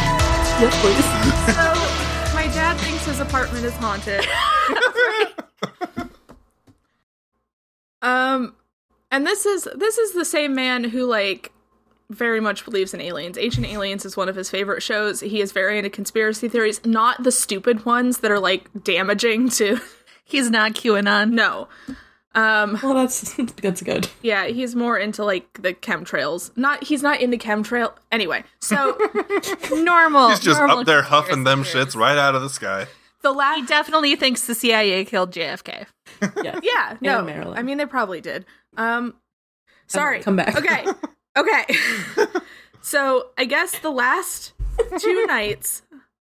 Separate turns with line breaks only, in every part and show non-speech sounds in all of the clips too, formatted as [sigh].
haunted, please? [laughs]
So my dad thinks his apartment is
[laughs]
haunted. um and this is this is the same man who like very much believes in aliens. Ancient Aliens is one of his favorite shows. He is very into conspiracy theories, not the stupid ones that are like damaging to [laughs]
He's not QAnon.
no. Um
well, that's [laughs] that's good.
yeah, he's more into like the chemtrails. Not he's not into chemtrail anyway. So
[laughs] Normal.
He's just
normal
up there
conspiracy
huffing them
theories.
shits right out of the sky.
the last
Definitely thinks the CIA killed
[laughs]
JFK.
Yeah.
Yeah, no.
Maryland.
I mean, they probably did. Um, sorry.
come back.
Okay.
[laughs]
Okay. [laughs] so I guess the last two
[laughs]
nights,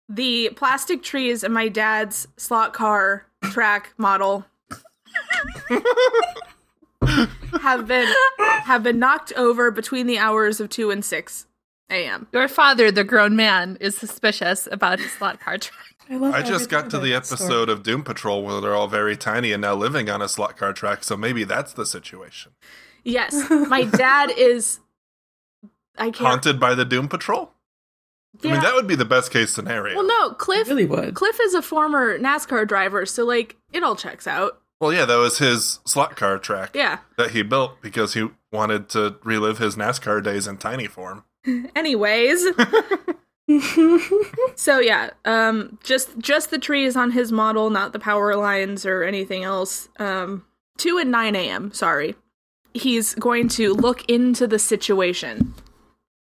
the plastic trees in my dad's slot car track
[laughs]
model have been have been knocked over between the hours of two and six a.m.
Your father, the grown man, is suspicious about his slot car track.
[laughs] I, love
I
how
just
everything
got to the
about this
episode of Doom Patrol where they're all very tiny and now living on a slot car track, so maybe that's the situation.
Yes,
[laughs]
my dad is. I can't.
Haunted by the Doom Patrol? I mean,
Yeah.
that would be the best case scenario.
well, no,
story.
Cliff
Really would.
Cliff is a former NASCAR driver, so like it all checks out.
Well, yeah, that was his slot car track
Yeah.
that he built because he wanted to relive his NASCAR days in tiny form.
[laughs]
Anyways, so yeah, um just just the trees on his model, not the power lines or anything else. Um 2 and 9 a.m., sorry. He's going to look into the situation.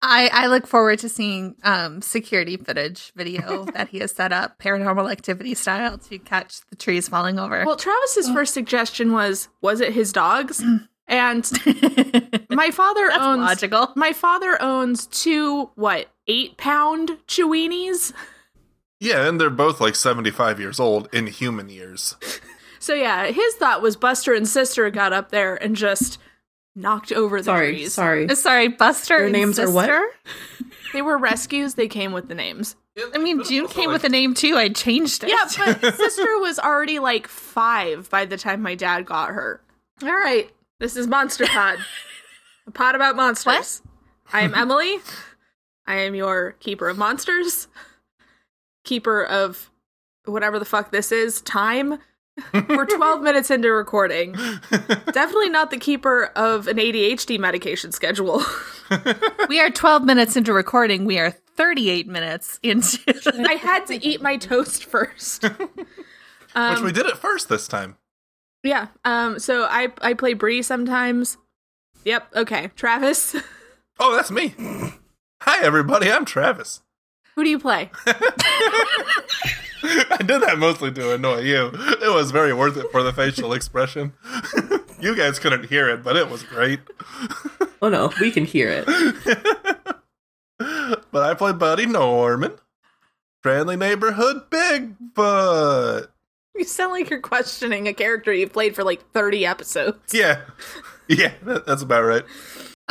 I, I look forward to seeing um, security footage video that he has set up, paranormal activity style, to catch the trees falling over.
Well, Travis's
Oh.
first suggestion was was it his
[clears throat]
dogs? And my father
[laughs] That's
owns
logical.
my father owns two what, 8-pound Cheweenies?
Yeah, and they're both like 75 years old in human years.
So yeah, his thought was Buster and Sister got up there and just knocked over the
Sorry,
trees.
sorry.
Uh, Sorry, Buster.
Their
and
names are what?
sister?
They were rescues. They came with the names.
I mean, June came with a name too. I changed it.
Yeah, [laughs] but Sister was already like five by the time my dad got her. All right, this is Monster Pod, a pod about monsters. I am Emily. I am your keeper of monsters, keeper of whatever the fuck this is. Time. We're 12 minutes into recording. Definitely not the keeper of an ADHD medication schedule.
[laughs]
[laughs]
We are 12 minutes into recording. We are 38 minutes into.
I had to eat my toast first.
Which
Um,
we did it first this time.
Yeah. Um. So I I play Bree sometimes. Yep. Okay. Travis, [laughs]
Oh, that's me. Hi, everybody. I'm Travis.
who do you play? [laughs]
[laughs] I did that mostly to annoy you. It was very worth it for the facial expression. [laughs] you guys couldn't hear it, but it was great.
Oh no, we can hear
[laughs]
it.
But I played Buddy Norman, friendly neighborhood Bigfoot.
You sound like you're questioning a character you've played for like 30 episodes.
Yeah, [laughs] yeah, that, that's about right.
[laughs]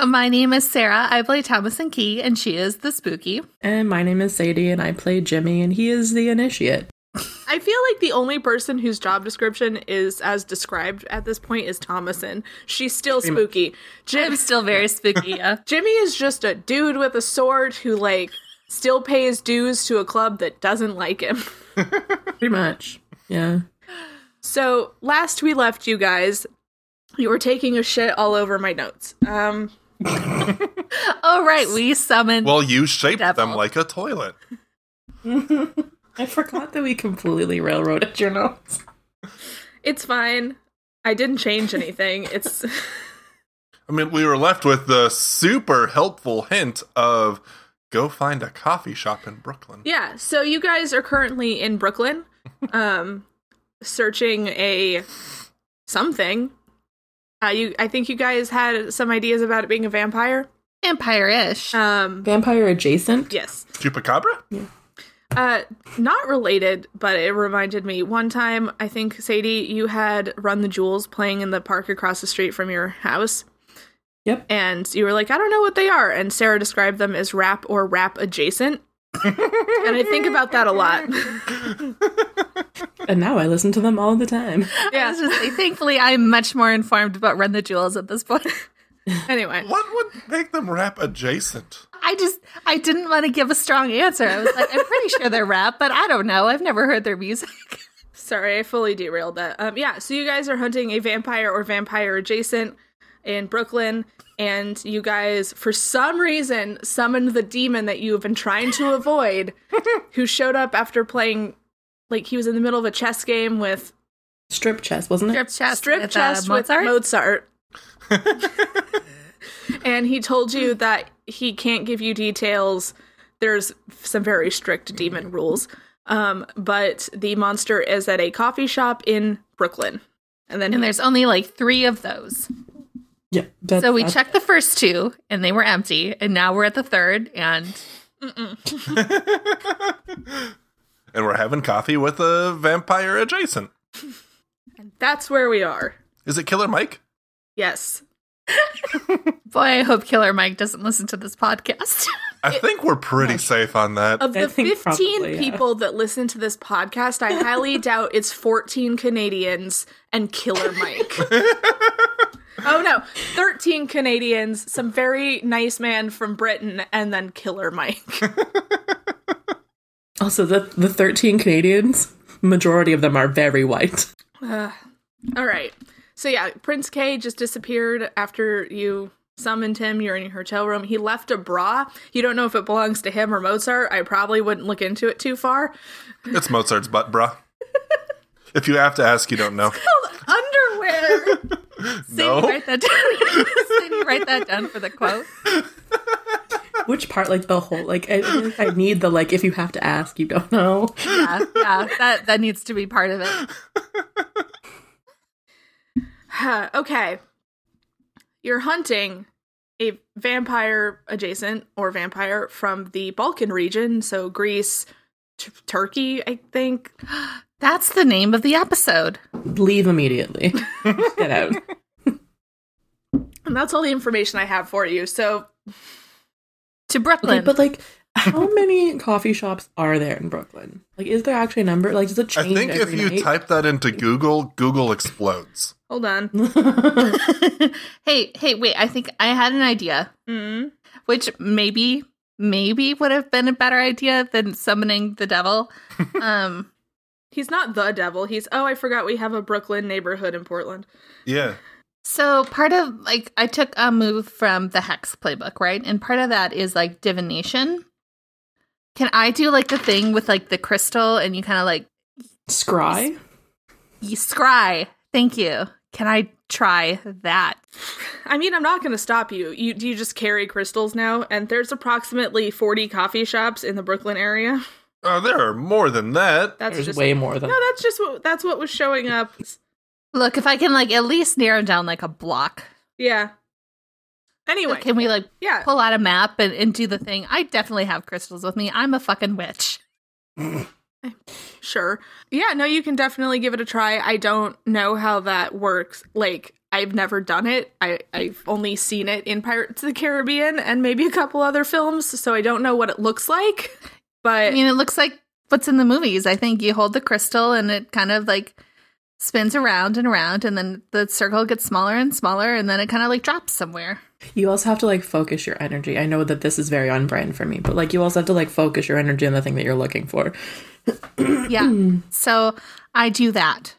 My name is Sarah. I play Thomas and Key, and she is the spooky.
And my name is Sadie, and I play Jimmy, and he is the initiate.
I feel like the only person whose job description is as described at this point is Thomason. She's still spooky.
I'm
Jim
still very spooky. Yeah.
Jimmy is just a dude with a sword who like still pays dues to a club that doesn't like him. [laughs]
Pretty much. Yeah.
So last we left you guys, you were taking a shit all over my notes. Um,
Oh, right. We summoned.
Well, you shaped them
Devil.
like a toilet.
I forgot that we completely railroaded your notes.
it's fine. I didn't change anything. It's [laughs]
I mean, we were left with the super helpful hint of go find a coffee shop in Brooklyn.
yeah. So you guys are currently in Brooklyn, um, searching a something. Uh, you, I think you guys had some ideas about it being a vampire.
vampire ish.
Um,
Vampire adjacent?
yes.
Chupacabra?
Uh, not related, but it reminded me. One time, I think Sadie, you had Run the Jewels playing in the park across the street from your house.
Yep.
And you were like, I don't know what they are. And Sarah described them as rap or rap adjacent. and I think about that a lot. [laughs]
And now I listen to them all the time.
I
yeah.
was just saying, thankfully, I'm much more informed about Run the Jewels at this point.
Anyway,
What would make them rap adjacent?
I just I didn't want to give a strong answer. I was like, I'm pretty sure they're rap, but I don't know. I've never heard their music.
Sorry, I fully derailed that. Um, yeah, so you guys are hunting a vampire or vampire adjacent in Brooklyn, and you guys, for some reason, summoned the demon that you have been trying to avoid, who showed up after playing, like, he was in the middle of a chess game with
Strip chess, wasn't it?
Strip chest,
strip
with, uh,
chess with
Mozart?
Mozart. [laughs] and he told you that he can't give you details. There's some very strict demon rules. Um, but the monster is at a coffee shop in Brooklyn. And then
and there's only like three of those.
Yeah. that- uh,
So we
that-
checked the first two, and they were empty, and now we're at the third, and
and we're having coffee with a vampire adjacent.
that's where we are.
Is it Killer Mike?
Yes.
boy, I hope Killer Mike doesn't listen to this podcast. [laughs]
I think we're pretty safe on that.
Of
I
the
think
15
probably, yeah.
people that listen to this podcast,
[laughs]
I highly doubt it's 14 Canadians and
[laughs]
Killer Mike. oh no, 13 Canadians, some very nice man from Britain, and then
[laughs]
Killer Mike.
Also, the the thirteen Canadians, majority of them are very white.
All right. So yeah, Prince K just disappeared after you summoned him. You're in your hotel room. He left a bra. You don't know if it belongs to him or Mozart. I probably wouldn't look into it too far.
It's Mozart's butt,
[laughs]
bruh. If you have to ask, you don't know.
Underwear.
Did you
No.
write that down. [laughs] Did you write that down for the quote?
Which part, like the whole, like I, I need the like. If you have to ask, you don't know.
Yeah, yeah, that that needs to be part of it.
Huh, okay. You're hunting a vampire adjacent or vampire from the Balkan region, so Greece, t- Turkey, I think.
That's the name of the episode.
Leave immediately. Get
[laughs]
out.
And that's all the information I have for you. So
To
Okay, [laughs]
Brooklyn.
but like, how many coffee shops are there in Brooklyn? Like, is there actually a number? Like, does it
I
change?
think if
every
you
night?
type that into Google, Google explodes.
hold on.
[laughs]
[laughs]
hey, hey, wait, I think I had an idea,
Mm.
which maybe maybe would have been a better idea than summoning the devil. Um
He's not the devil. He's oh, I forgot we have a Brooklyn neighborhood in Portland.
Yeah.
so part of like I took a move from the hex playbook, right? And part of that is like divination. Can I do like the thing with like the crystal and you kind of like
Scry.
you scry? Thank you. Can I try that?
I mean, I'm not going to stop you. You do you just carry crystals now? And there's approximately 40 coffee shops in the Brooklyn area. [laughs]
Oh, there are more than that.
That's
There's
just
way more than.
No, that's just what that's what was showing up.
Look, if I can like at least narrow down like a block.
Yeah.
So
Anyway,
can we like
yeah.
pull out a map and, and do the thing. I definitely have crystals with me. I'm a fucking witch.
Sure. Yeah, no, you can definitely give it a try. I don't know how that works. Like, I've never done it. I, I've only seen it in Pirates of the Caribbean and maybe a couple other films, so I don't know what it looks like.
I
But
mean, it looks like what's in the movies. I think you hold the crystal and it kind of like spins around and around, and then the circle gets smaller and smaller, and then it kind of like drops
[clears throat]
somewhere.
You also have to like focus your energy. I know that this is very on brand for me, but like you also have to like focus your energy on the thing that you're looking for.
Yeah. so I do that.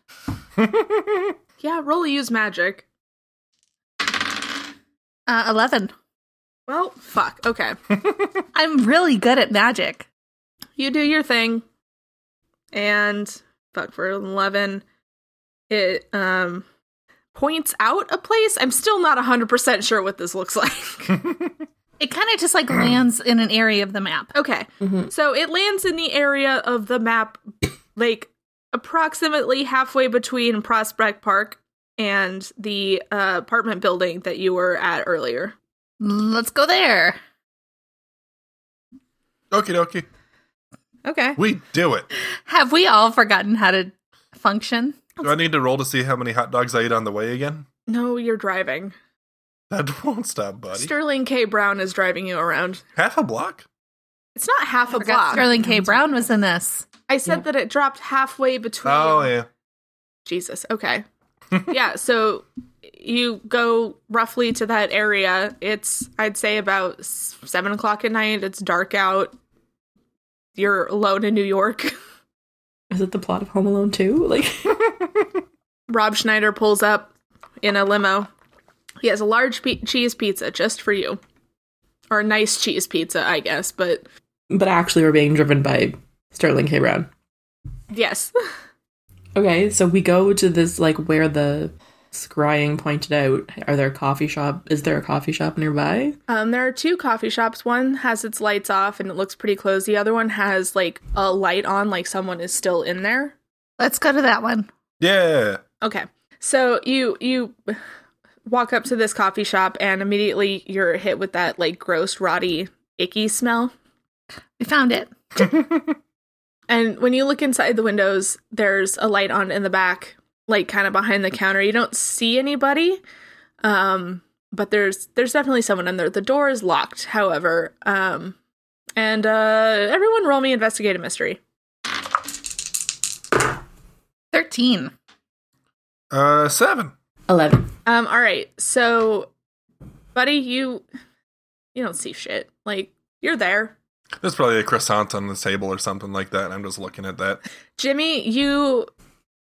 yeah, roll a use magic.
Uh, 11.
Well, fuck. Okay.
I'm really good at magic.
you do your thing. And fuck for 11. It um points out a place. I'm still not 100% sure what this looks [laughs] like.
[laughs] It kind of just like lands in an area of the map.
Okay. So it lands in the area of the map, like approximately halfway between Prospect Park and the uh, apartment building that you were at earlier.
Let's go there.
Okie dokie.
Okay.
We do it.
Have we all forgotten how to function?
Do I need to roll to see how many hot dogs I eat on the way again?
No, you're driving.
That [laughs] won't stop, buddy.
Sterling K. Brown is driving you around.
Half a block?
It's not half a
Forgot
block.
Sterling K. Brown was in this.
I said that it dropped halfway between.
Oh, yeah.
Jesus. Okay. yeah. So you go roughly to that area. It's I'd say about s- seven o'clock at night. It's dark out. You're alone in New York. [laughs]
Is it the plot of Home Alone 2? Like, [laughs]
Rob Schneider pulls up in a limo. He has a large pe- cheese pizza just for you, or a nice cheese pizza, I guess. But
but actually, we're being driven by Sterling K. Brown.
yes, [laughs]
Okay, so we go to this like where the scrying pointed out. Are there a coffee shop? Is there a coffee shop nearby?
Um, there are two coffee shops. One has its lights off and it looks pretty closed. The other one has like a light on, like someone is still in there.
Let's go to that one.
Yeah.
Okay, so you you walk up to this coffee shop and immediately you're hit with that like gross, rotty, icky smell.
We found it.
And when you look inside the windows, there's a light on in the back, like kind of behind the counter. You don't see anybody, um, but there's there's definitely someone in there. The door is locked, however. Um, and uh, everyone, roll me investigate a mystery.
13.
Uh, seven.
11.
Um, all right, so, buddy, you you don't see shit. Like you're there.
There's probably a croissant on the table or something like that. And I'm just looking at that.
Jimmy, you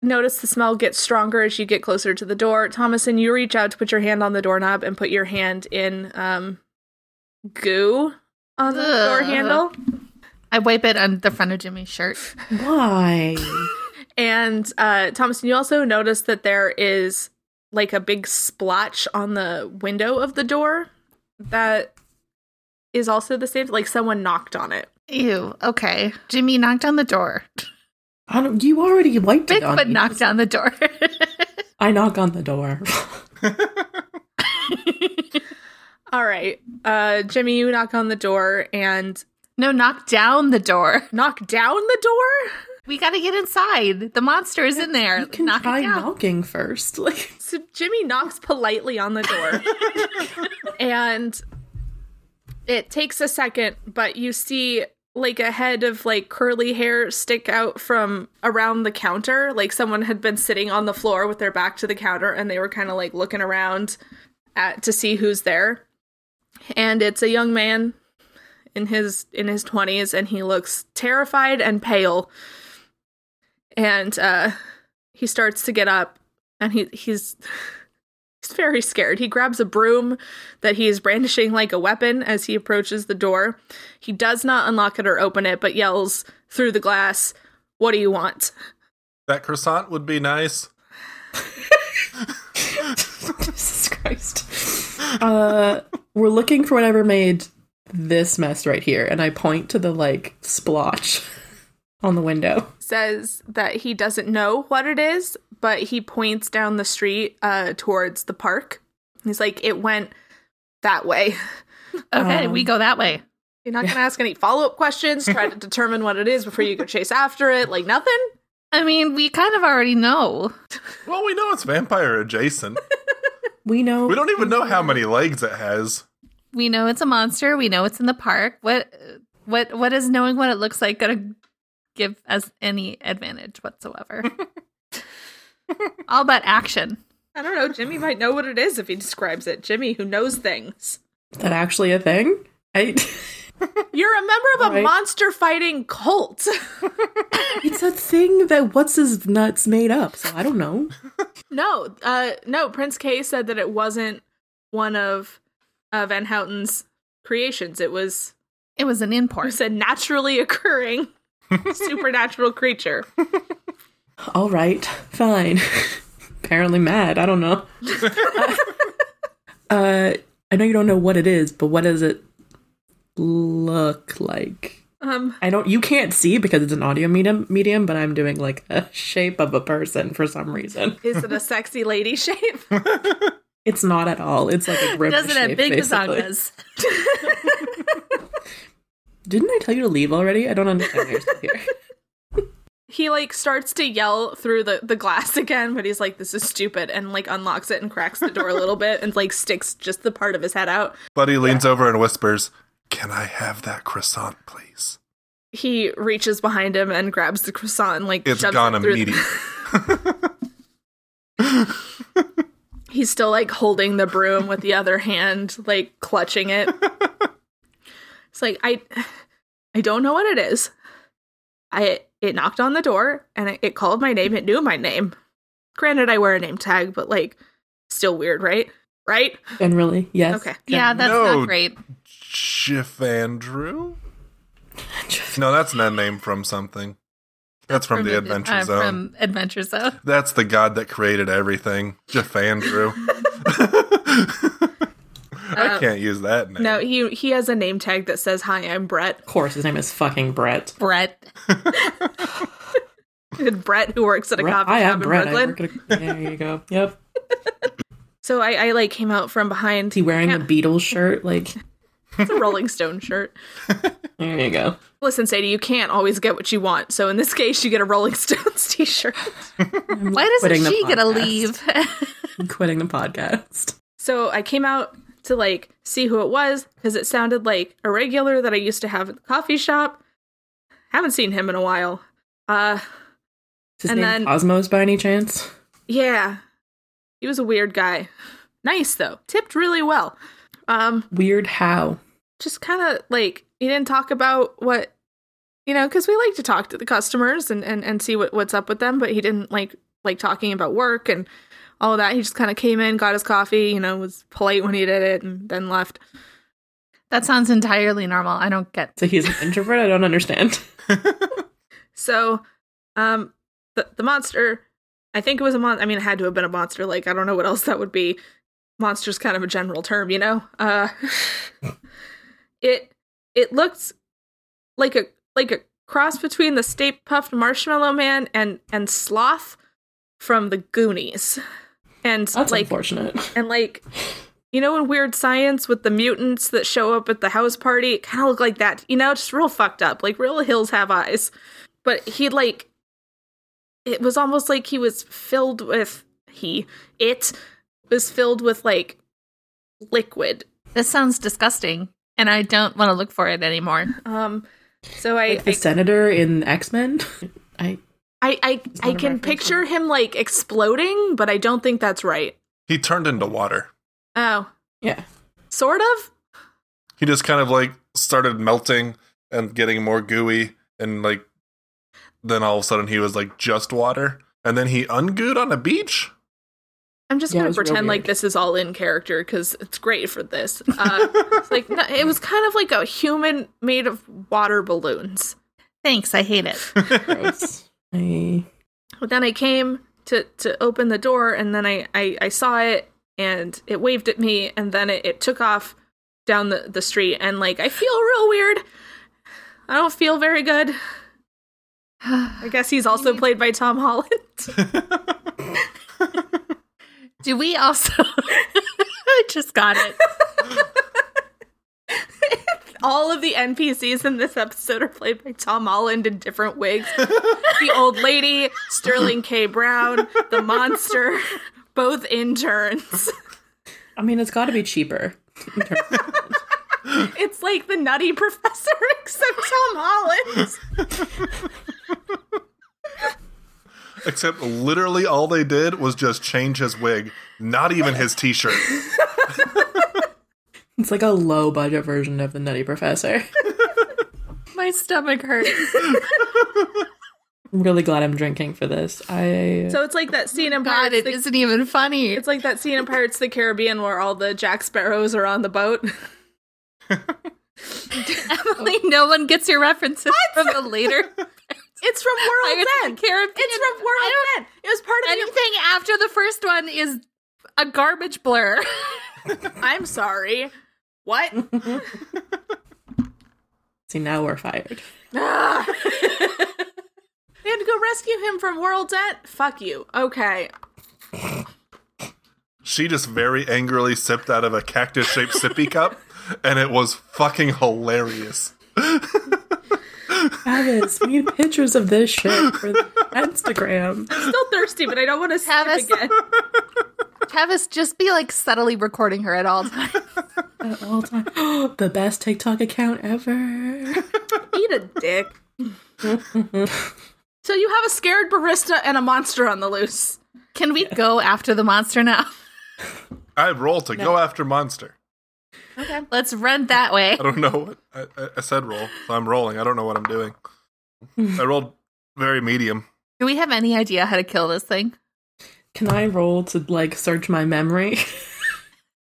notice the smell gets stronger as you get closer to the door. Thomason, you reach out to put your hand on the doorknob and put your hand in um, goo on the
Ugh.
door handle.
I wipe it on the front of Jimmy's shirt.
Why?
And uh, Thomason, you also notice that there is like a big splotch on the window of the door that is also the same. Like someone knocked on it.
Ew. Okay. Jimmy knocked on the door.
I don't, you already wiped it on
Bigfoot
me.
knocked on the door. [laughs]
I knock on the door.
All right, uh, Jimmy, you knock on the door and
no, knocked down the door.
knock down the door.
We got to get inside. The monster is in there.
you can
knock
try
it down.
knocking first. [laughs] Like,
So Jimmy knocks politely on the door. and it takes a second, but you see like a head of like curly hair stick out from around the counter. Like someone had been sitting on the floor with their back to the counter and they were kind of like looking around at to see who's there. And it's a young man in his in his 20s and he looks terrified and pale. And uh he starts to get up and he he's he's very scared. He grabs a broom that he is brandishing like a weapon as he approaches the door. He does not unlock it or open it, but yells through the glass, "What do you want?"
That croissant would be nice.
Jesus Christ. Uh, we're looking for whatever made this mess right here, and I point to the like splotch [laughs] on the window.
Says that he doesn't know what it is, but he points down the street uh, towards the park. He's like, "It went that way."
Okay,
Um,
we go that way.
You're not gonna ask any follow up questions. Try to determine what it is before you go chase after it. Like nothing.
I mean, we kind of already know.
Well, we know it's vampire adjacent.
We know.
We don't even know how many legs it has.
We know it's a monster. We know it's in the park. What what what is knowing what it looks like going to give us any advantage
[laughs]
whatsoever? All but action.
I don't know. Jimmy might know what it is if he describes it. Jimmy, who knows things.
Is that actually a thing? I.
You're a member of a
Right.
monster fighting cult. [laughs]
it's a thing that what's his nuts made up. So I don't know.
no, uh, no. Prince K said that it wasn't one of uh, Van Houten's creations. It was
It was an
it
import.
was a
[laughs]
naturally occurring supernatural creature.
All right, fine. Apparently mad. I don't know. [laughs] uh, I know you don't know what it is, but what does it look like?
Um,
I don't. You can't see because it's an audio medium. Medium, but I'm doing like a shape of a person for some reason.
is it a sexy lady shape?
[laughs] It's not at all. It's like
[laughs]
a river
Doesn't have
shape,
big
basically.
bazongas.
Didn't I tell you to leave already? I don't understand why you're still
[laughs]
here.
He like starts to yell through the the glass [laughs] again, but he's like, "This is stupid," and like unlocks it and cracks the door a little bit, and like sticks just the part of his head out.
Buddy leans over and whispers, Can I have that croissant, please?
He reaches behind him and grabs the croissant and like
It's
shoves
gone
it through the-
immediately.
He He's still like holding the broom with the other hand, like
[laughs]
clutching it. it's like I I don't know what it is. I it knocked on the door and it, it called my name, it knew my name. Granted I wear a name tag, but like still weird, right? Right?
Generally, yes.
Okay.
Yeah, that's
No.
not great.
Jiff Andrew? No, that's not a name from something. That's from, the Adventure
uh,
Zone.
From Adventure Zone. [laughs]
That's the god that created everything, Jiff Andrew. [laughs] I can't use that name.
No, he he has a name tag that says hi, I'm Brett. [laughs]
Of course, his name is fucking Brett.
Brett.
Brett who works at a
Brett
coffee
I
shop
am
in
Brett. I
Brooklyn.
work at a, there you
[laughs]
go. Yep.
So I, I like came out from behind
Is he wearing
Yeah,
the Beatles shirt? Like,
it's a Rolling Stone shirt.
there you go.
Listen, Sadie, you can't always get what you want. So in this case, you get a Rolling Stones [laughs] t-shirt.
Why doesn't
quitting the
she get to
podcast.
leave? [laughs]
I'm quitting the podcast.
So I came out to like see who it was because it sounded like a regular that I used to have at the coffee shop. Haven't seen him in a while. Uh,
Is his
And
name
then-
Cosmos by any chance?
yeah, he was a weird guy. Nice though, tipped really well. Um,
Weird how.
just kind of like he didn't talk about what you know because we like to talk to the customers and and, and see what, what's up with them but he didn't like like talking about work and all that he just kind of came in got his coffee you know was polite when he did it and then left
that sounds entirely normal. I don't get
So he's an introvert? I don't
[laughs]
understand.
so um the, the monster i think it was a mon i mean it had to have been a monster like i don't know what else that would be monster's kind of a general term you know uh [laughs] it it looked like a like a cross between the stay puffed marshmallow man and and sloth from the goonies and
That's
like
unfortunate.
and like you know in weird science with the mutants that show up at the house party it kind of looked like that you know just real fucked up like real hills have eyes but he like it was almost like he was filled with he it was filled with like liquid
This sounds disgusting, and I don't want to look for it anymore.
um so i
Like the senator in X Men? I
i i, I, I
not a
can
reference,
picture him like exploding but i don't think that's right
He turned into water.
oh
Yeah.
sort of
He just kind of like started melting and getting more gooey and like then all of a sudden he was like just water. And then he ungooed on a beach?
I'm just
Yeah, it
gonna
was real
pretend like
weird.
this is all in character because it's great for this. Uh, it's like no, it was kind of like a human made of water balloons.
Thanks, I hate it.
[laughs]
[laughs]
gross. I
But then I came to to open the door, and then I I, I saw it, and it waved at me, and then it, it took off down the the street, and like I feel real weird. I don't feel very good. [sighs] I guess he's also played by Tom Holland.
Do we also? [laughs] I just got it.
all of the NPCs in this episode are played by Tom Holland in different wigs. the old lady, Sterling K. Brown, the monster, both interns.
I mean, it's got to be cheaper.
It's like the nutty professor, [laughs] except Tom Holland.
Except literally all they did was just change his wig, not even his t shirt.
It's like a low budget version of the Nutty Professor. [laughs]
My stomach hurts.
I'm really glad I'm drinking for this. I
So it's like that scene in
God,
Pirates.
it
the-
isn't even funny.
it's like that scene in Pirates of the Caribbean where all the Jack Sparrows are on the boat.
[laughs] Emily, no one gets your references from
[laughs]
the later.
It's from World's
Pirates of the
End. [laughs]
Caribbean.
It's from World's
I
End. It was part of the.
Anything after the first one is a garbage blur.
I'm sorry.
[laughs]
What?
see now we're
[laughs]
fired.
Ah. they had to go rescue him from World's End. Fuck you. Okay.
She just very angrily sipped out of a cactus shaped sippy cup, and it was fucking hilarious.
Travis, we need pictures of this shit for the Instagram.
I'm still thirsty, but I don't
[laughs]
want to sip
[laughs]
Travis.
again.
Travis, just be like subtly recording her at all times.
At all time. [gasps] the best TikTok account ever.
Eat a dick. so you have a scared barista and a monster on the loose.
[laughs]
Can we go after the monster now?
I roll to go after monster.
Okay.
Let's run that way.
I don't know what I, I- I said. Roll. So I'm rolling. I don't know what I'm doing. I rolled very medium.
Do we have any idea how to kill this thing?
Can I roll to like search my memory? [laughs]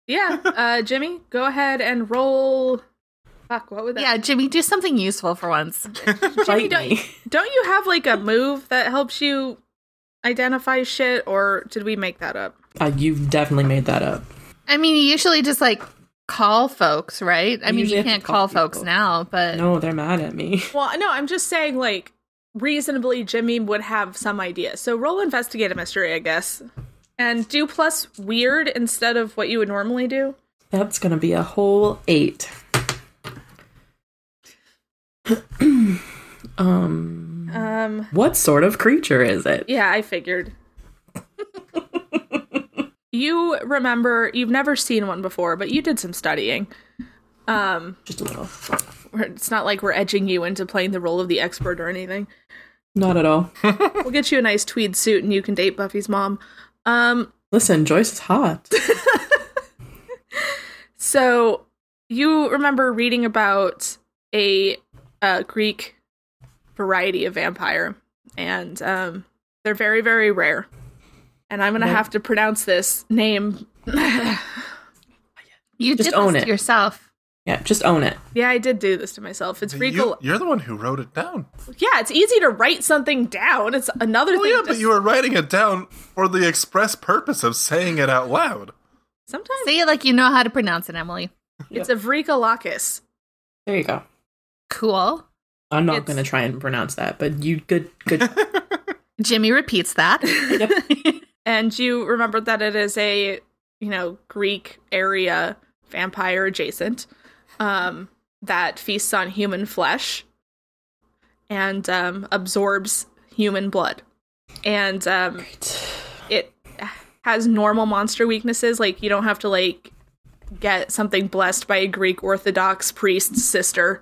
Yeah. Uh, Jimmy, go ahead and roll. Fuck. What would that?
Yeah, Jimmy, do something useful for once.
Fight
don't-
me. [laughs]
Don't you have like a move that helps you identify shit, or did we make that up?
Uh, you've definitely made that up.
I mean, you usually just like call folks, right? I
You
mean,
usually
you
have to
can't
call
call folks
people.
now, but
No, they're mad at me. [laughs]
Well, no, I'm just saying like reasonably Jimmy would have some idea. So roll investigate a mystery, I guess. And do plus weird instead of what you would normally do.
That's gonna be a whole eight. um,
Um
what sort of creature is it?
yeah, I figured. you remember you've never seen one before, but you did some studying. Um
Just a little.
we're- it's not like we're edging you into playing the role of the expert or anything.
Not at all.
We'll get you a nice tweed suit and you can date Buffy's mom. Um
Listen, Joyce is hot. [laughs]
So you remember reading about a, uh Greek variety of vampire, and um, they're very, very rare. And I'm gonna
Right.
have to pronounce this name. [laughs]
you
Just
did
own
this
it. [laughs]
to yourself.
Yeah, just own it.
yeah, I did do this to myself. It's
You,
Rico.
you're the one who wrote it [laughs] down.
Yeah, it's easy to write something down. It's another
Oh
thing.
yeah,
to-
but you were writing it down for the express purpose of saying it out loud.
sometimes
Say it like you know how to pronounce it, Emily.
it's Avrikalakis.
There you go.
Cool.
I'm not
It's-
gonna try and pronounce that, but you good good.
[laughs] Jimmy repeats
[laughs]
that.
and you remember that it is a you know greek area vampire adjacent um that feasts on human flesh and um absorbs human blood and um it has normal monster weaknesses like you don't have to like get something blessed by a greek orthodox priest's sister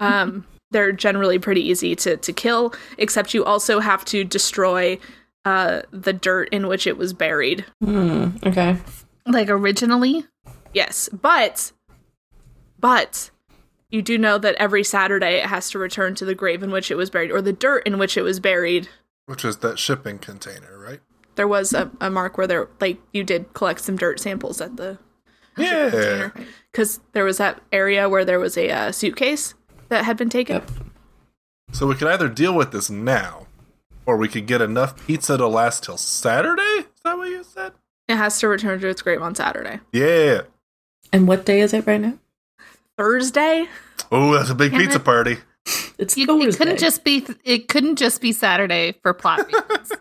um they're generally pretty easy to to kill except you also have to destroy uh the dirt in which it was buried
Hmm, okay.
like originally.
yes but but you do know that every saturday it has to return to the grave in which it was buried or the dirt in which it was buried
Which is that shipping container, right?
there was a, a mark where there like you did collect some dirt samples at the
Yeah.
because there was that area where there was a uh, suitcase that had been taken
Yep.
So we could either deal with this now, or we could get enough pizza to last till Saturday. Is that what you said?
it has to return to its grave on saturday
Yeah.
And what day is it right now?
[laughs] thursday
Oh, that's a big
Damn
pizza [laughs]
it.
party.
It's
You, it
Thursday.
couldn't just be it couldn't just be Saturday for plot
[laughs]
reasons.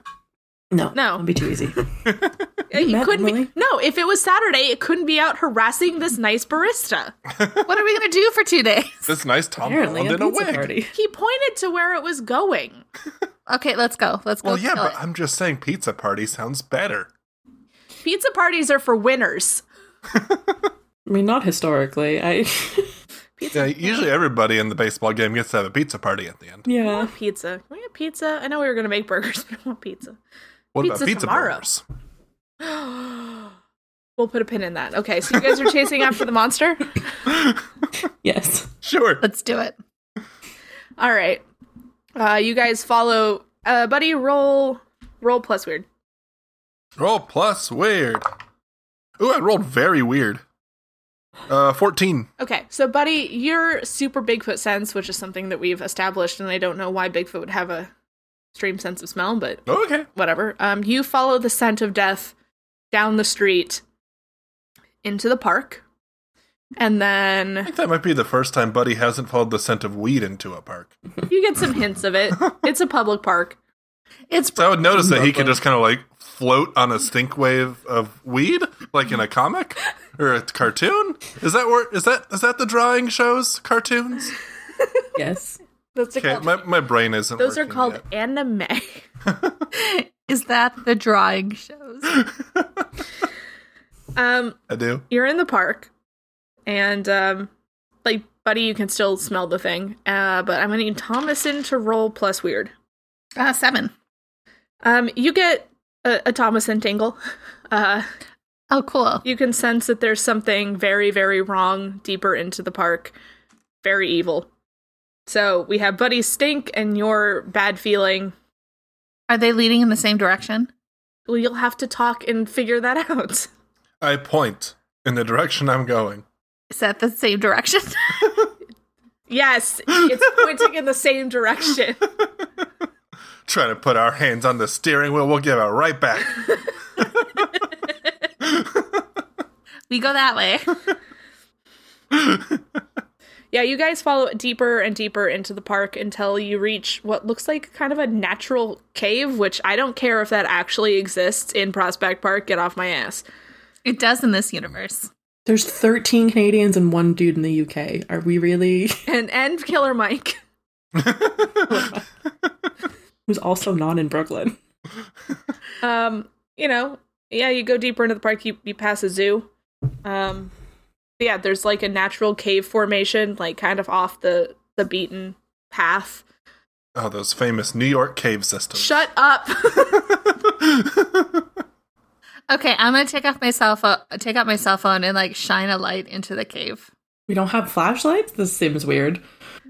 no
No.
It'd be too easy.
It
mad,
couldn't
Emily?
be, no if it was saturday it couldn't be out harassing this nice barista
what are we gonna do for two days?
This nice Tom
Apparently,
Holland
a
in a
pizza
wig.
party.
He pointed to where it was going.
Okay, let's go. Let's go.
Well, yeah,
kill
but
it.
I'm just saying pizza party sounds better.
Pizza parties are for winners.
I mean, not historically. I [laughs]
Yeah, usually everybody in the baseball game gets to have a pizza party at the end.
yeah.
Pizza. Can we get pizza? I know we were gonna make burgers, [laughs] but I want pizza.
What
Pizza
about pizza
tomorrow.
burgers?
We'll put a pin in that. Okay, so you guys are chasing after the [laughs] monster?
Yes.
[laughs] Sure.
let's do it.
All right. Uh you guys follow uh buddy roll roll plus weird.
Roll plus weird. Ooh, I rolled very weird. Uh, 14.
Okay, so buddy, your super Bigfoot sense, which is something that we've established, and I don't know why Bigfoot would have a extreme sense of smell, but
Oh, Okay.
whatever. Um, you follow the scent of death down the street into the park, and
I
then
think that might be the first time Buddy hasn't followed the scent of weed into a park.
you get some hints of
[laughs]
it. It's a public park.
It's
So I would notice that he could
Lovely.
just kind of like float on a stink wave of weed, like in a comic or a cartoon. Is that where is that is that the drawing shows cartoons?
Yes.
Those are
Okay,
called,
my, my brain isn't.
those are
working
called
yet.
anime.
is that the
[gasps]
drawing shows?
Um,
I do.
you're in the park, and um, like buddy, you can still smell the thing. Uh, but I'm gonna need Thomason to roll plus weird.
Uh, seven.
Um, you get a, a Thomason tingle. [laughs] Uh,
Oh, cool.
You can sense that there's something very, very wrong deeper into the park. Very evil. So we have Buddy Stink and your bad feeling.
Are they leading in the same direction?
Well, you'll have to talk and figure that [laughs] out.
I point in the direction I'm going.
Is that the same direction? [laughs]
Yes, it's pointing in the same direction.
Trying to put our hands on the steering wheel. We'll give it right back.
we go that
[laughs]
way.
Yeah, you guys follow it deeper and deeper into the park until you reach what looks like kind of a natural cave, which I don't care if that actually exists in Prospect Park. Get off my ass.
It does in this universe.
There's 13 Canadians and one dude in the UK. Are we really? [laughs]
And and Killer Mike. [laughs]
Who's also not in Brooklyn.
Um, you know, yeah, you go deeper into the park, you, you pass a zoo. Um yeah, there's like a natural cave formation, like kind of off the the beaten path.
Oh, those famous New York cave systems.
Shut up.
Okay, I'm gonna take off my cell phone, take out my cell phone, and like shine a light into the cave.
We don't have flashlights? This seems weird.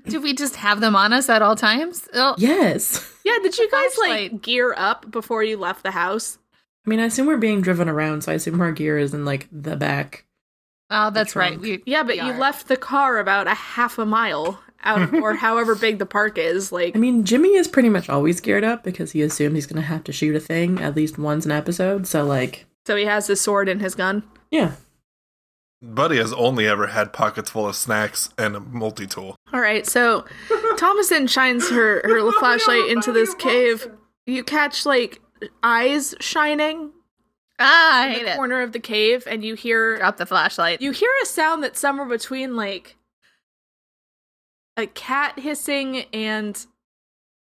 Do we just have them on us at all times? Oh,
Yes.
[laughs] yeah, did you guys like
Flashlight.
gear up before you left the house?
I mean, I assume we're being driven around, so I assume our gear is in like the back.
oh that's
The
right.
trunk.
We,
Yeah, but
we
you
are.
left the car about a half a mile out of, or however big the park is. Like,
I mean, Jimmy is pretty much always geared up because he assumes he's going to have to shoot a thing at least once an episode. So, like,
so he has his sword and his gun.
yeah.
Buddy has only ever had pockets full of snacks and a multi tool.
All right, so Thomason shines her her flashlight into this cave. You catch like eyes shining
Ah, I
in
hate
the
it.
corner of the cave, and you hear
Drop the flashlight.
you hear a sound that's somewhere between like a cat hissing and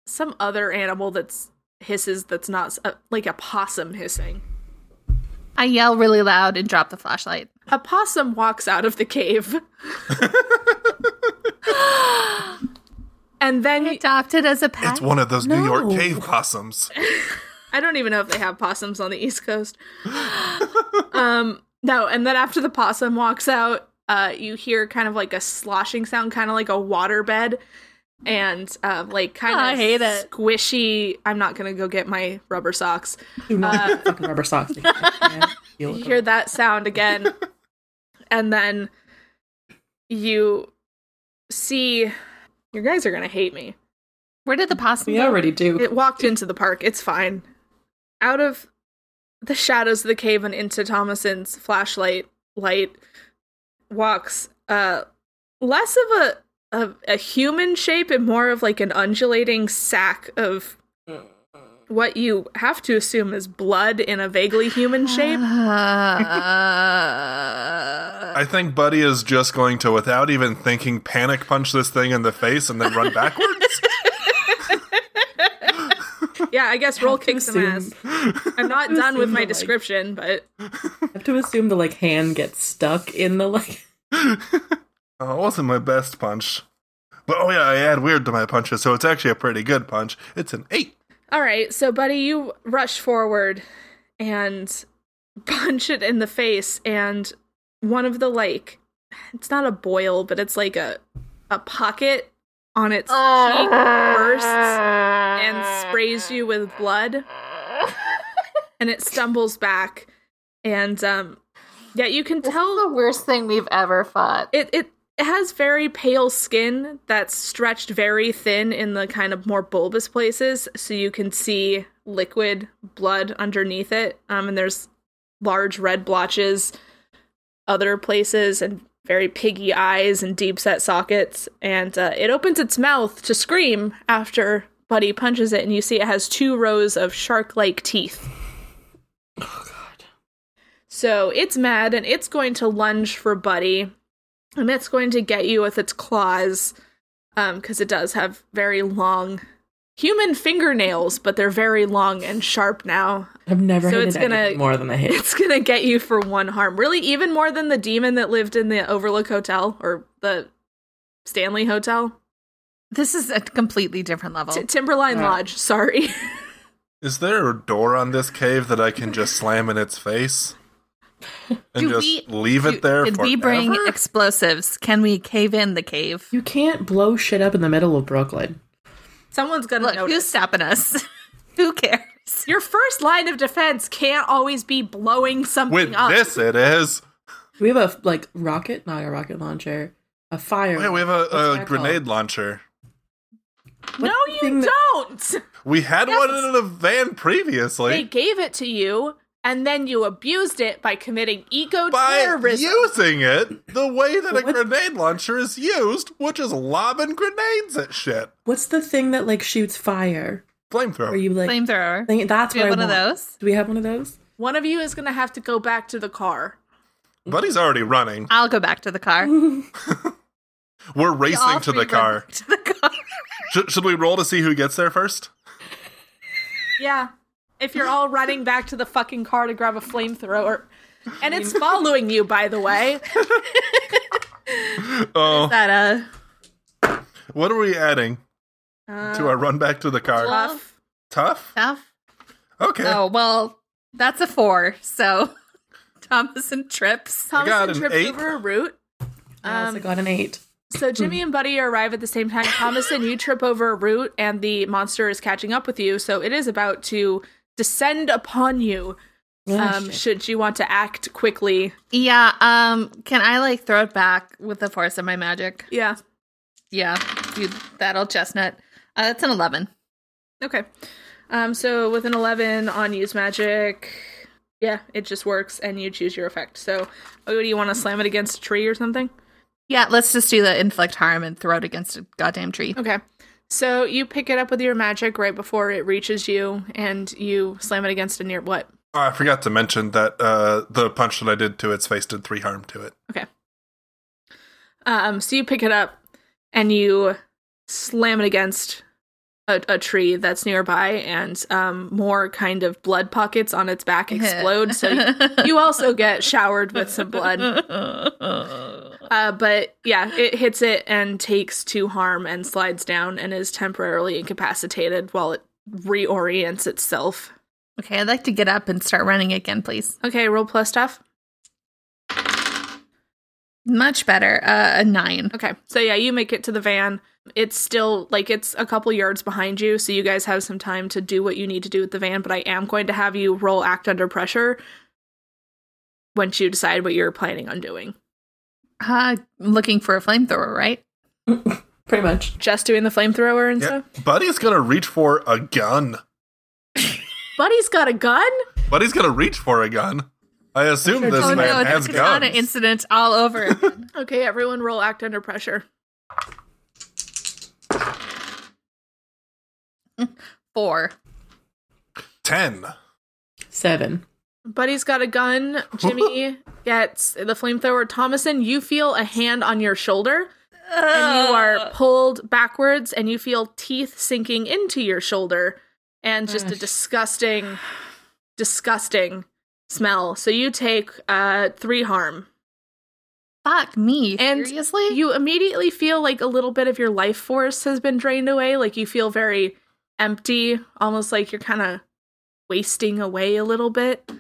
some other animal that's hisses that's not s- uh, like a possum hissing.
I yell really loud and drop the flashlight.
A possum walks out of the
[laughs]
cave, [gasps] and then you-
Adopted as a pet.
It's one of those New York
No.
cave possums.
I don't even know if they have possums on the East Coast. um, no, and then after the possum walks out, uh, you hear kind of like a sloshing sound, kind of like a waterbed, and uh, like kind of
Ah, I hate it.
squishy. I'm not gonna go get my rubber socks.
Do not have fucking rubber [laughs] socks. I can't deal
You
with
hear
them.
that sound again, and then you see. You guys are gonna hate me.
Where did the possum
We
go?
already do.
It walked into the park. It's fine. Out of the shadows of the cave and into Thomason's flashlight light walks uh less of a of a human shape and more of like an undulating sack of what you have to assume is blood in a vaguely human
[laughs]
[laughs]
shape.
Uh,
I think Buddy is just going to, without even thinking, panic punch this thing in the face and then run
[laughs]
backwards.
Yeah, I guess roll
to
kick some ass.
assume- [laughs]
I'm not done with
assume the,
my
like-
description, but
I have to assume the like hand gets stuck in the like. [laughs]
oh, it wasn't my best punch. But oh yeah, I add weird to my punches, so it's actually a pretty good punch. It's an eight.
All right, so buddy, you rush forward and [laughs] punch it in the face, and one of the like, it's not a boil, but it's like a a pocket on its cheek bursts and sprays you with blood, and it stumbles back, and um, yeah, you can tell
the worst thing we've ever fought.
it it has very pale skin that's stretched very thin in the kind of more bulbous places so you can see liquid blood underneath it um and there's large red blotches other places and very piggy eyes and deep set sockets and uh, it opens its mouth to scream after buddy punches it and you see it has two rows of shark-like teeth
Oh god.
so it's mad and it's going to lunge for Buddy. And it's going to get you with its claws. Um, because it does have very long human fingernails, but they're very long and sharp now. [laughs]
I've never
So
hated
it's gonna-
anything more than I hate.
It's gonna get you for one harm. Really, even more than the demon that lived in the Overlook Hotel or the Stanley Hotel.
This is a completely different level.
T- Timberline
Yeah.
Lodge, sorry. [laughs]
[laughs]
Is there a door on this cave that I can just slam in its face? and
Do
just
we-
leave it there
Did
forever.
we bring explosives? Can we cave in the cave?
You can't blow shit up in the middle of Brooklyn.
Someone's gonna
Look,
notice.
who's stopping us? [laughs] Who cares?
Your first line of defense can't always be blowing something
With
up.
this, it is.
We have a like rocket, not a rocket launcher, a fire.
Wait, we have a, a
that
grenade
called?
launcher.
no,
What's the
you
thing that-
don't.
We had
Yes.
one in the van
They
previously
gave it to you, and then you abused it by committing eco
by
terrorism.
using it the way that a
What?
grenade launcher is used, which is lobbing grenades at shit.
What's the thing that like shoots fire? Are
Flamethrower.
you like?
Flamethrower.
think- that's
Do we
what
have
I
one of
want.
those?
Do we have one of those?
One of you is gonna have to go back to the car.
Buddy's already
Ah,
running.
I'll go back to the [laughs] car.
We're
We all
racing to
three
the
run
car.
back [laughs] To the car.
Should, should we roll to see who gets there first?
Yeah. If you're all running back to the fucking car to grab a flamethrower. And it's [laughs] following you, by the way.
Oh,
That uh,
what are we adding
Uh,
to our run back to the car?
Bluff.
Tough.
stuff.
Okay.
Oh well, that's a four. So [laughs] Thomas and trips.
I got
Thomas
an
trips
eight.
over a root.
I also got an eight.
So Jimmy and Buddy arrive at the same time. Thomas and you trip over a root, and the monster is catching up with you. So it is about to descend upon you.
Ah,
Um,
shit.
should you want to act quickly?
Yeah. Um. Can I like throw it back with the force of my magic?
Yeah.
Yeah. Do that old chestnut. Uh, that's an eleven.
Okay. Um, so with an 11 on use magic, yeah, it just works, and you choose your effect. So, oh, do you want to slam it against a tree or something?
Yeah. Let's just do the inflict harm and throw it against a goddamn [laughs] tree.
Okay. So you pick it up with your magic right before it reaches you, and you slam it against a near what?
Oh, I forgot to mention that uh, the punch that I did to its face did three harm to it.
Okay. Um, so you pick it up and you slam it against a, a tree that's nearby, and um, more kind of blood pockets on its [laughs] back explode. so you, you also get showered with some blood. Uh, but yeah, it hits it and takes two harm and slides down and is temporarily incapacitated while it reorients itself.
Okay, I'd like to get up and start running again, please.
Okay, roll plus stuff.
Much better. Uh, a nine.
Okay, so yeah, you make it to the van. It's still like it's a couple yards behind you, so you guys have some time to do what you need to do with the van. But I am going to have you roll act under pressure once you decide what you're planning on doing.
Uh, looking for a flamethrower, right?
Pretty much.
Just doing the flamethrower and
Yeah.
stuff.
Buddy's gonna reach for a gun.
Buddy's got a gun.
Buddy's gonna reach for a gun. I assume
sure
this
Thomas-
oh
man
no,
has
it's Katana
guns.
incident all [laughs] over. again.
Okay, everyone, roll act under pressure.
[laughs] Four.
Ten.
Seven.
Buddy's got a gun. Jimmy gets the flamethrower. Thomason, you feel a hand on your shoulder, and you
Ah.
are
Uh,
pulled backwards, and you feel teeth sinking into your shoulder, and just a
Gosh.
disgusting, disgusting smell. So you take uh, three harm.
Fuck me.
And
Seriously?
You immediately feel like a little bit of your life force has been drained away. Like you feel very empty, almost like you're kind of wasting away a little bit.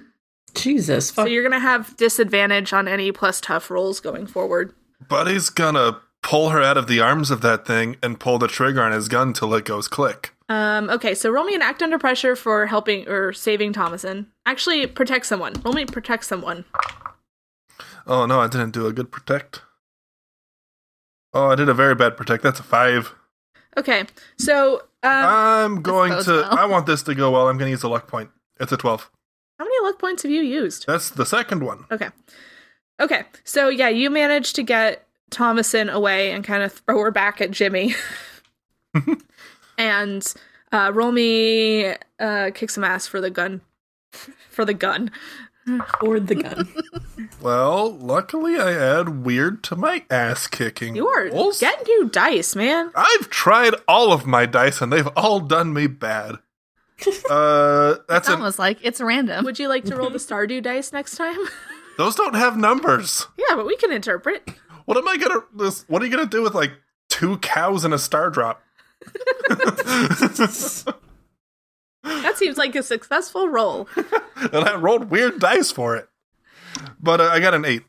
Jesus.
So
Fuck.
you're gonna have disadvantage on any plus tough rolls going forward.
Buddy's gonna pull her out of the arms of that thing and pull the trigger on his gun till it goes click.
Um, okay, so roll me an act under pressure for helping or saving Thomason. Actually, protect someone. Roll me protect someone.
Oh no, I didn't do a good protect. Oh, I did a very bad protect. That's a five.
Okay, so um,
I'm going
bodes
to.
well.
I want this to go well. I'm gonna use a luck point. It's a twelve.
how many luck points have you used?
That's the second one.
Okay, okay, so yeah, you managed to get Thomason away and kind of throw her back at Jimmy, and uh, roll me uh, kick some ass for the gun, for the gun.
Or the gun.
Well, luckily I add weird to my ass kicking.
You are
rolls.
get new dice, man.
I've tried all of my dice and they've all done me bad. Uh, that's
it's
an,
almost like it's random.
Would you like to roll
[laughs]
the Stardew dice next time? [laughs]
those don't have numbers.
yeah, but we can interpret.
What am I gonna? This, what are you gonna do with like two cows and a star drop?
That seems like a successful roll.
and I rolled weird dice for it. But uh, I got an eight.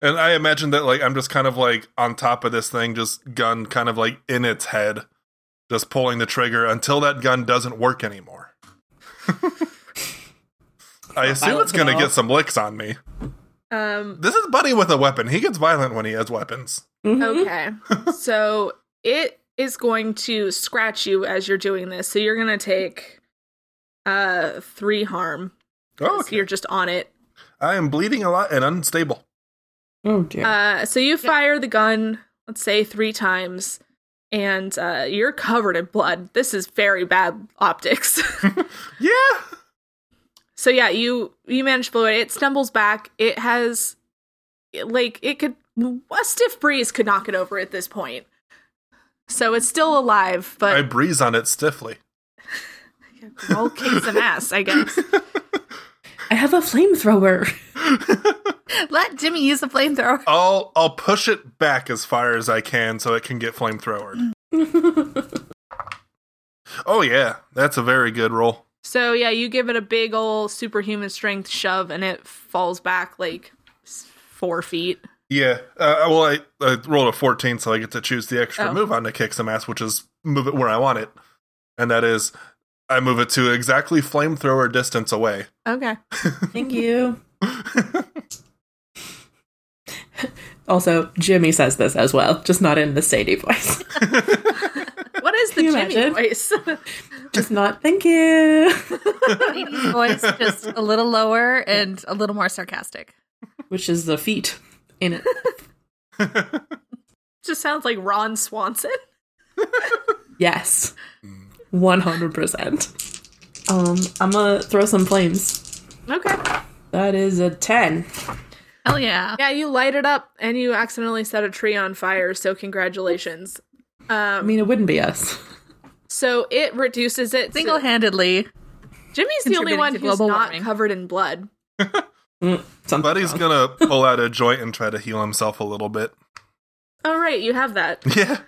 And I imagine that like I'm just kind of like on top of this thing, just gun kind of like in its head, just pulling the trigger until that gun doesn't work anymore. [laughs] I assume
violent
it's gonna
at all.
get some licks on me.
Um,
This is Buddy with a weapon. He gets violent when he has weapons.
Mhm.
[laughs]
Okay. so it is going to scratch you as you're doing this. So you're going to take uh 3 harm.
Oh,
'cause
okay.
You're just on it.
I am bleeding a lot and unstable.
Oh dear.
Uh so you fire the gun, let's say 3 times and uh you're covered in blood. This is very bad optics. [laughs]
Yeah.
so yeah, you you manage to blow it. It stumbles back. It has it- like it could a stiff breeze could knock it over at this point. So it's still alive, but
I breeze on it stiffly.
roll kick some ass, I guess.
I have a flamethrower.
[laughs] Let Jimmy use the flamethrower.
I'll I'll push it back as far as I can so it can get
[laughs]
flamethrowered. oh yeah, that's a very good roll.
So yeah, you give it a big ol' superhuman strength shove, and it falls back like s- four feet.
Yeah. Uh, well, I, I rolled a 14, so I get to choose the extra
Oh.
move on to kick some ass, which is move it where I want it, and that is I move it to exactly flamethrower distance away.
Okay.
Thank you. Also, Jimmy says this as well, just not in the Sadie
[laughs]
voice.
What is the
Can you
Jimmy
imagine?
voice?
[laughs] just not thank you. [laughs]
Katie's voice just a little lower and a little more sarcastic.
Which is the feet in it.
Just sounds like Ron Swanson.
Yes. 100%. Um, I'm gonna throw some flames.
Okay.
That is a 10.
Hell yeah.
Yeah, you light it up, and you accidentally set a tree on fire. So congratulations. Um,
I mean, it wouldn't be us.
So it reduces it. to-
Single handedly.
Jimmy's the only
Contributing
one
to
who's
global
not
warming.
covered in blood.
Something
Buddy's
Oh.
wrong.
gonna pull out a joint and try to heal himself a little bit.
All Oh, right, you have that.
[laughs] Yeah.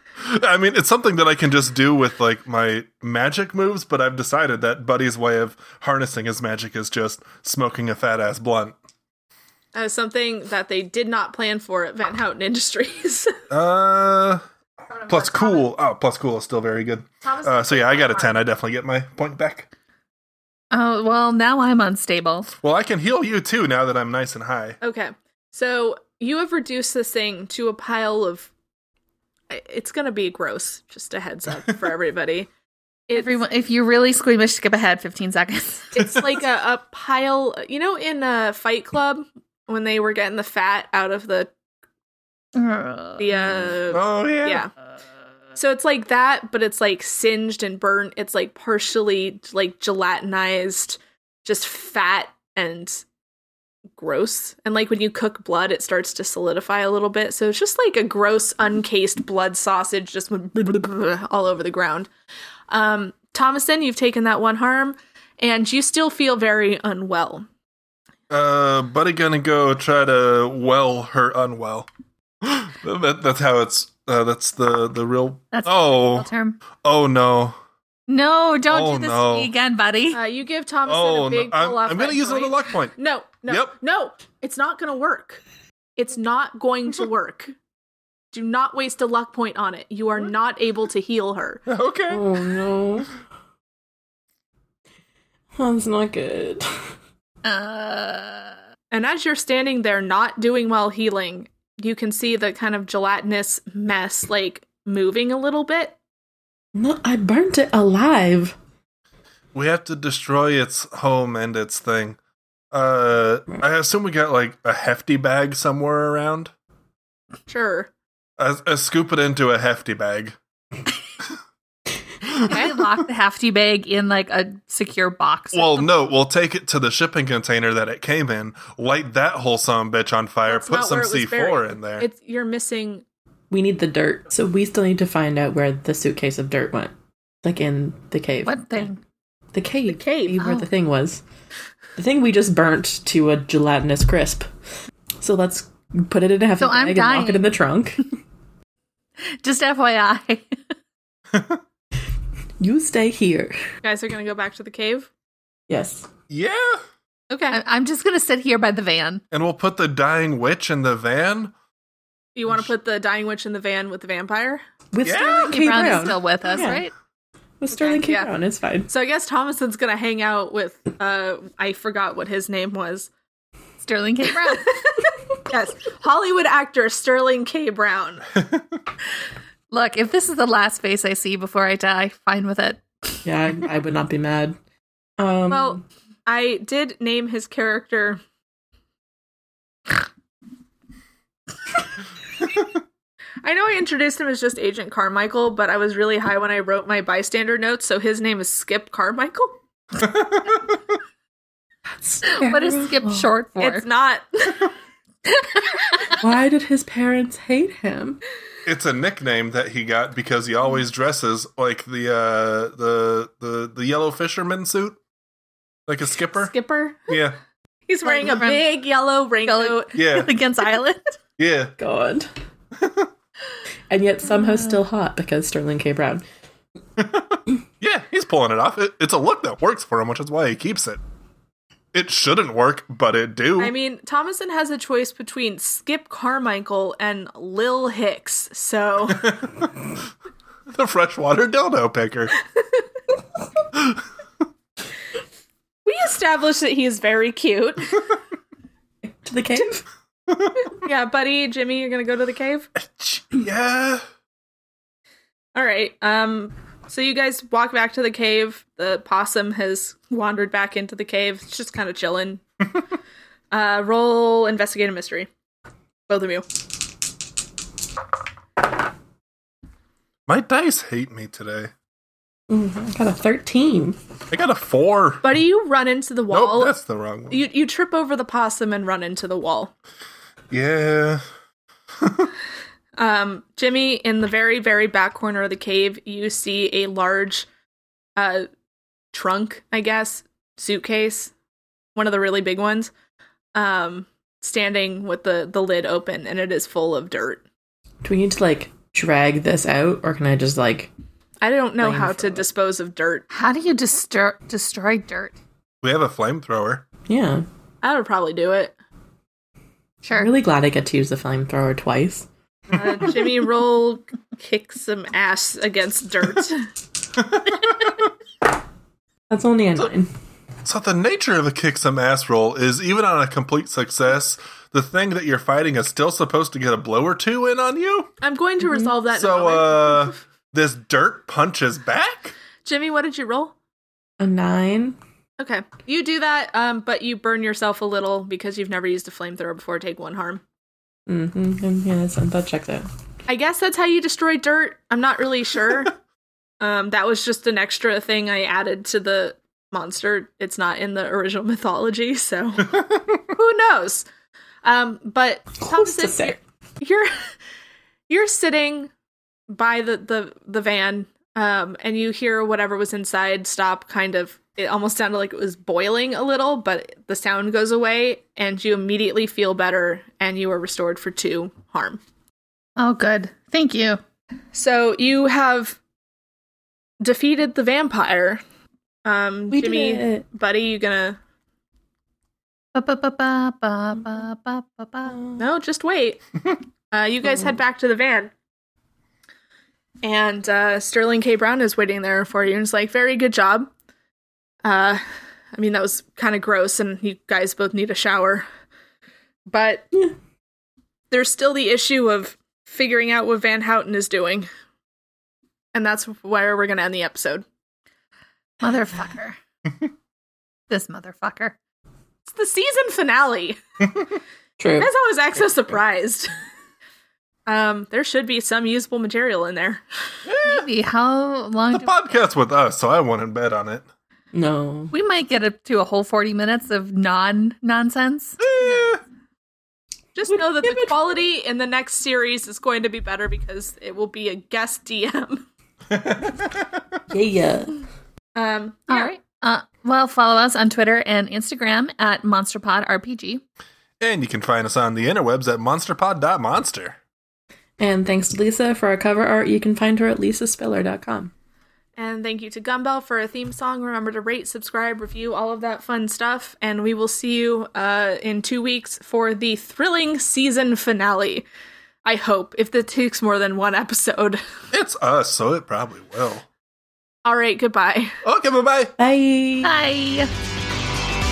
I mean, it's something that I can just do with like my magic moves, but I've decided that Buddy's way of harnessing his magic is just smoking a fat ass blunt.
As Uh, something that they did not plan for at Van Houten [laughs] Industries.
Uh, plus cool. Oh, plus cool is still very good. Uh, so yeah, I got a 10. I definitely get my point back.
Oh, well, now I'm unstable.
Well, I can heal you too now that I'm nice and high.
Okay. So you have reduced this thing to a pile of. It's going to be gross, just a heads up
[laughs]
for everybody. It's,
Everyone, if you're really squeamish, skip ahead 15 seconds.
[laughs]
[laughs]
it's like a, a pile. You know, in uh, Fight Club, when they were getting the fat out of the. the uh,
Oh,
Mm.
yeah.
yeah. So it's like that, but it's like singed and burnt. It's like partially like gelatinized, just fat and gross. And like when you cook blood, it starts to solidify a little bit. So it's just like a gross, uncased blood sausage just went [laughs] all over the ground. Um, Thomason, you've taken that one harm, and you still feel very unwell.
Uh, Buddy gonna go try to well her unwell. [gasps] that, that's how it's. Uh, that's the the real.
That's-
oh,
Uh, term.
oh no.
No, don't
Oh,
do this
no.
to me again, buddy.
Uh, you give Thomason
Oh,
a
no.
big
I'm,
pull off.
I'm gonna
that
use another
joint.
luck
[laughs]
point.
No, no,
Yep.
no. It's not going to work. It's not going
[laughs]
to work. Do not waste a luck point on it. You are not able to heal her.
Okay.
Mm.
Oh no. That's not good.
Uh,
And as you're standing there not doing well healing, you can see the kind of gelatinous mess like moving a little bit.
No, I burnt it alive.
We have to destroy its home and its thing. Uh, I assume we got like a hefty bag somewhere around.
Sure.
I, I scoop it into a hefty bag.
Can we
[laughs]
lock the hefty bag in like a secure box?
Well, no, we'll take it to the shipping container that it came in, light that whole son of a bitch on fire,
That's
put
not
some
where it was
C4
buried.
in there.
It's you're missing
We need the dirt, so we still need to find out where the suitcase of dirt went. Like in the cave.
what thing?
The cave. The
cave,
Where
oh.
the thing was. The thing we just burnt to a gelatinous crisp. So let's put it in a hefty
So I'm
bag and lock it
dying.
in the trunk.
Just FYI.
you stay here.
you guys are gonna go back to the cave. Uh,
Yes.
yeah.
Okay.
I- [laughs] I'm just gonna sit here by the van.
And we'll put the dying witch in the van.
You want to put the dying witch in the van with the vampire?
With
Yeah.
Sterling K.
Brown is
Brown.
still with us,
Yeah.
right?
With Sterling K.
Yeah.
Brown, it's fine.
So I guess Thomason's gonna hang out with uh I forgot what his name was.
Sterling K. Brown.
Yes. Hollywood actor Sterling K. Brown.
Look, if this is the last face I see before I die, fine with it.
Yeah, I, I would not be mad. Um,
Well, I did name his character I know I introduced him as just Agent Carmichael, but I was really high when I wrote my bystander notes, so his name is Skip Carmichael.
What is Skip
terrible.
short for?
It's not
Why did his parents hate him?
It's a nickname that he got because he
Hmm.
always dresses like the uh the the, the yellow fisherman suit. Like a skipper.
[laughs] Skipper.
Yeah.
He's
Like
wearing a
from-
big yellow raincoat. [laughs]
Yeah.
against Island.
Yeah.
God. and yet
Uh.
somehow still hot because Sterling K. Brown.
Yeah, he's pulling it off. It, it's a look that works for him, which is why he keeps it. It shouldn't work, but it do.
I mean, Thomason has a choice between Skip Carmichael and Lil Hicks,
[laughs]
so
[laughs] the freshwater dildo
[laughs]
picker.
we established that he is very cute.
To the cave?
yeah, buddy, Jimmy, you're gonna go to the cave?
yeah.
All right. Um so you guys walk back to the cave. The possum has wandered back into the cave. It's just kind of
[laughs]
chilling. uh roll investigate a mystery. Both of you.
My dice hate me today.
Mm, I got a 13.
I got a four.
Buddy, you run into the wall.
Nope, that's the wrong one.
you you trip over the possum and run into the wall.
yeah.
Um, Jimmy, in the very, very back corner of the cave, you see a large uh, trunk, I guess, suitcase, one of the really big ones, um, standing with the, the lid open, and it is full of dirt.
Do we need to like drag this out or can I just like
I don't know
Flame
how to
thrower.
dispose of dirt.
How do you distur- destroy dirt?
We have a flamethrower.
yeah.
I would probably do it.
I'm
Sure.
really glad I get to use the flamethrower twice.
Uh, Jimmy, roll kick some ass against dirt.
That's only a nine.
So the nature of a kick some ass roll is even on a complete success, the thing that you're fighting is still supposed to get a blow or two in on you.
I'm going to resolve that. in a
So
moment.
uh this dirt punches back?
Jimmy, what did you roll?
A nine?
Okay. You do that, um, but you burn yourself a little because you've never used a flamethrower before, take one harm.
Mm-hmm. Yeah, that's, that checks out.
I guess that's how you destroy dirt. I'm not really sure. um, that was just an extra thing I added to the monster. It's not in the original [laughs] mythology, so who knows? Um, but
Who's to
Thompson,
say?
you're you're sitting by the the the van um and you hear whatever was inside stop kind of it almost sounded like it was boiling a little but the sound goes away and you immediately feel better and you are restored for two harm
Oh, good. Thank you.
so you have defeated the vampire um
We
jimmy
did it.
buddy you gonna
Ba, ba, ba, ba, ba, ba, ba, ba, ba.
No, just wait. uh, you guys head back to the van. And uh, Sterling K. Brown is waiting there for you and is like, very good job. Uh, I mean, that was kind of gross, and you guys both need a shower. But
Yeah.
there's still the issue of figuring out what Van Houten is doing. And that's where we're going to end the episode.
Motherfucker. this motherfucker.
It's the season finale.
True.
That's how I was actually so surprised. [laughs] um, there should be some usable material in there.
Maybe. How long?
The
do-
podcast with us, so I wouldn't bet on it.
No.
we might get up to a whole 40 minutes of non nonsense.
Eh,
Just know that the quality in the next series is going to be better because it will be a guest [laughs] DM.
Yeah, yeah.
Um,
All right. Uh, well, follow us on Twitter and Instagram at MonsterPodRPG.
And you can find us on the interwebs at monsterpod.monster.
And thanks to Lisa for our cover art. You can find her at lisaspiller.com.
And thank you to Gumball for a theme song. Remember to rate, subscribe, review, all of that fun stuff. And we will see you uh, in two weeks for the thrilling season finale. I hope, if that takes more than one episode. [laughs]
It's us, so it probably will.
all right, goodbye.
Okay, bye bye.
Bye.
Bye.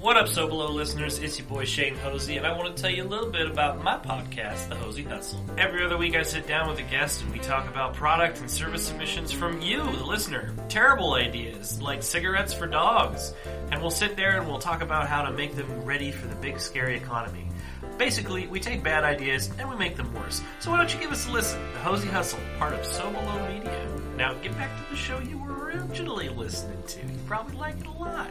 What up, So Below listeners? It's your boy Shane Hosey, and I want to tell you a little bit about my podcast, The Hosey Hustle. Every other week, I sit down with a guest and we talk about product and service submissions from you, the listener. Terrible ideas, like cigarettes for dogs. And we'll sit there and we'll talk about how to make them ready for the big, scary economy. Basically, we take bad ideas and we make them worse. So why don't you give us a listen? The Hosey Hustle, part of So Below Media. Now, get back to the show you were originally listening to. You probably like it a lot.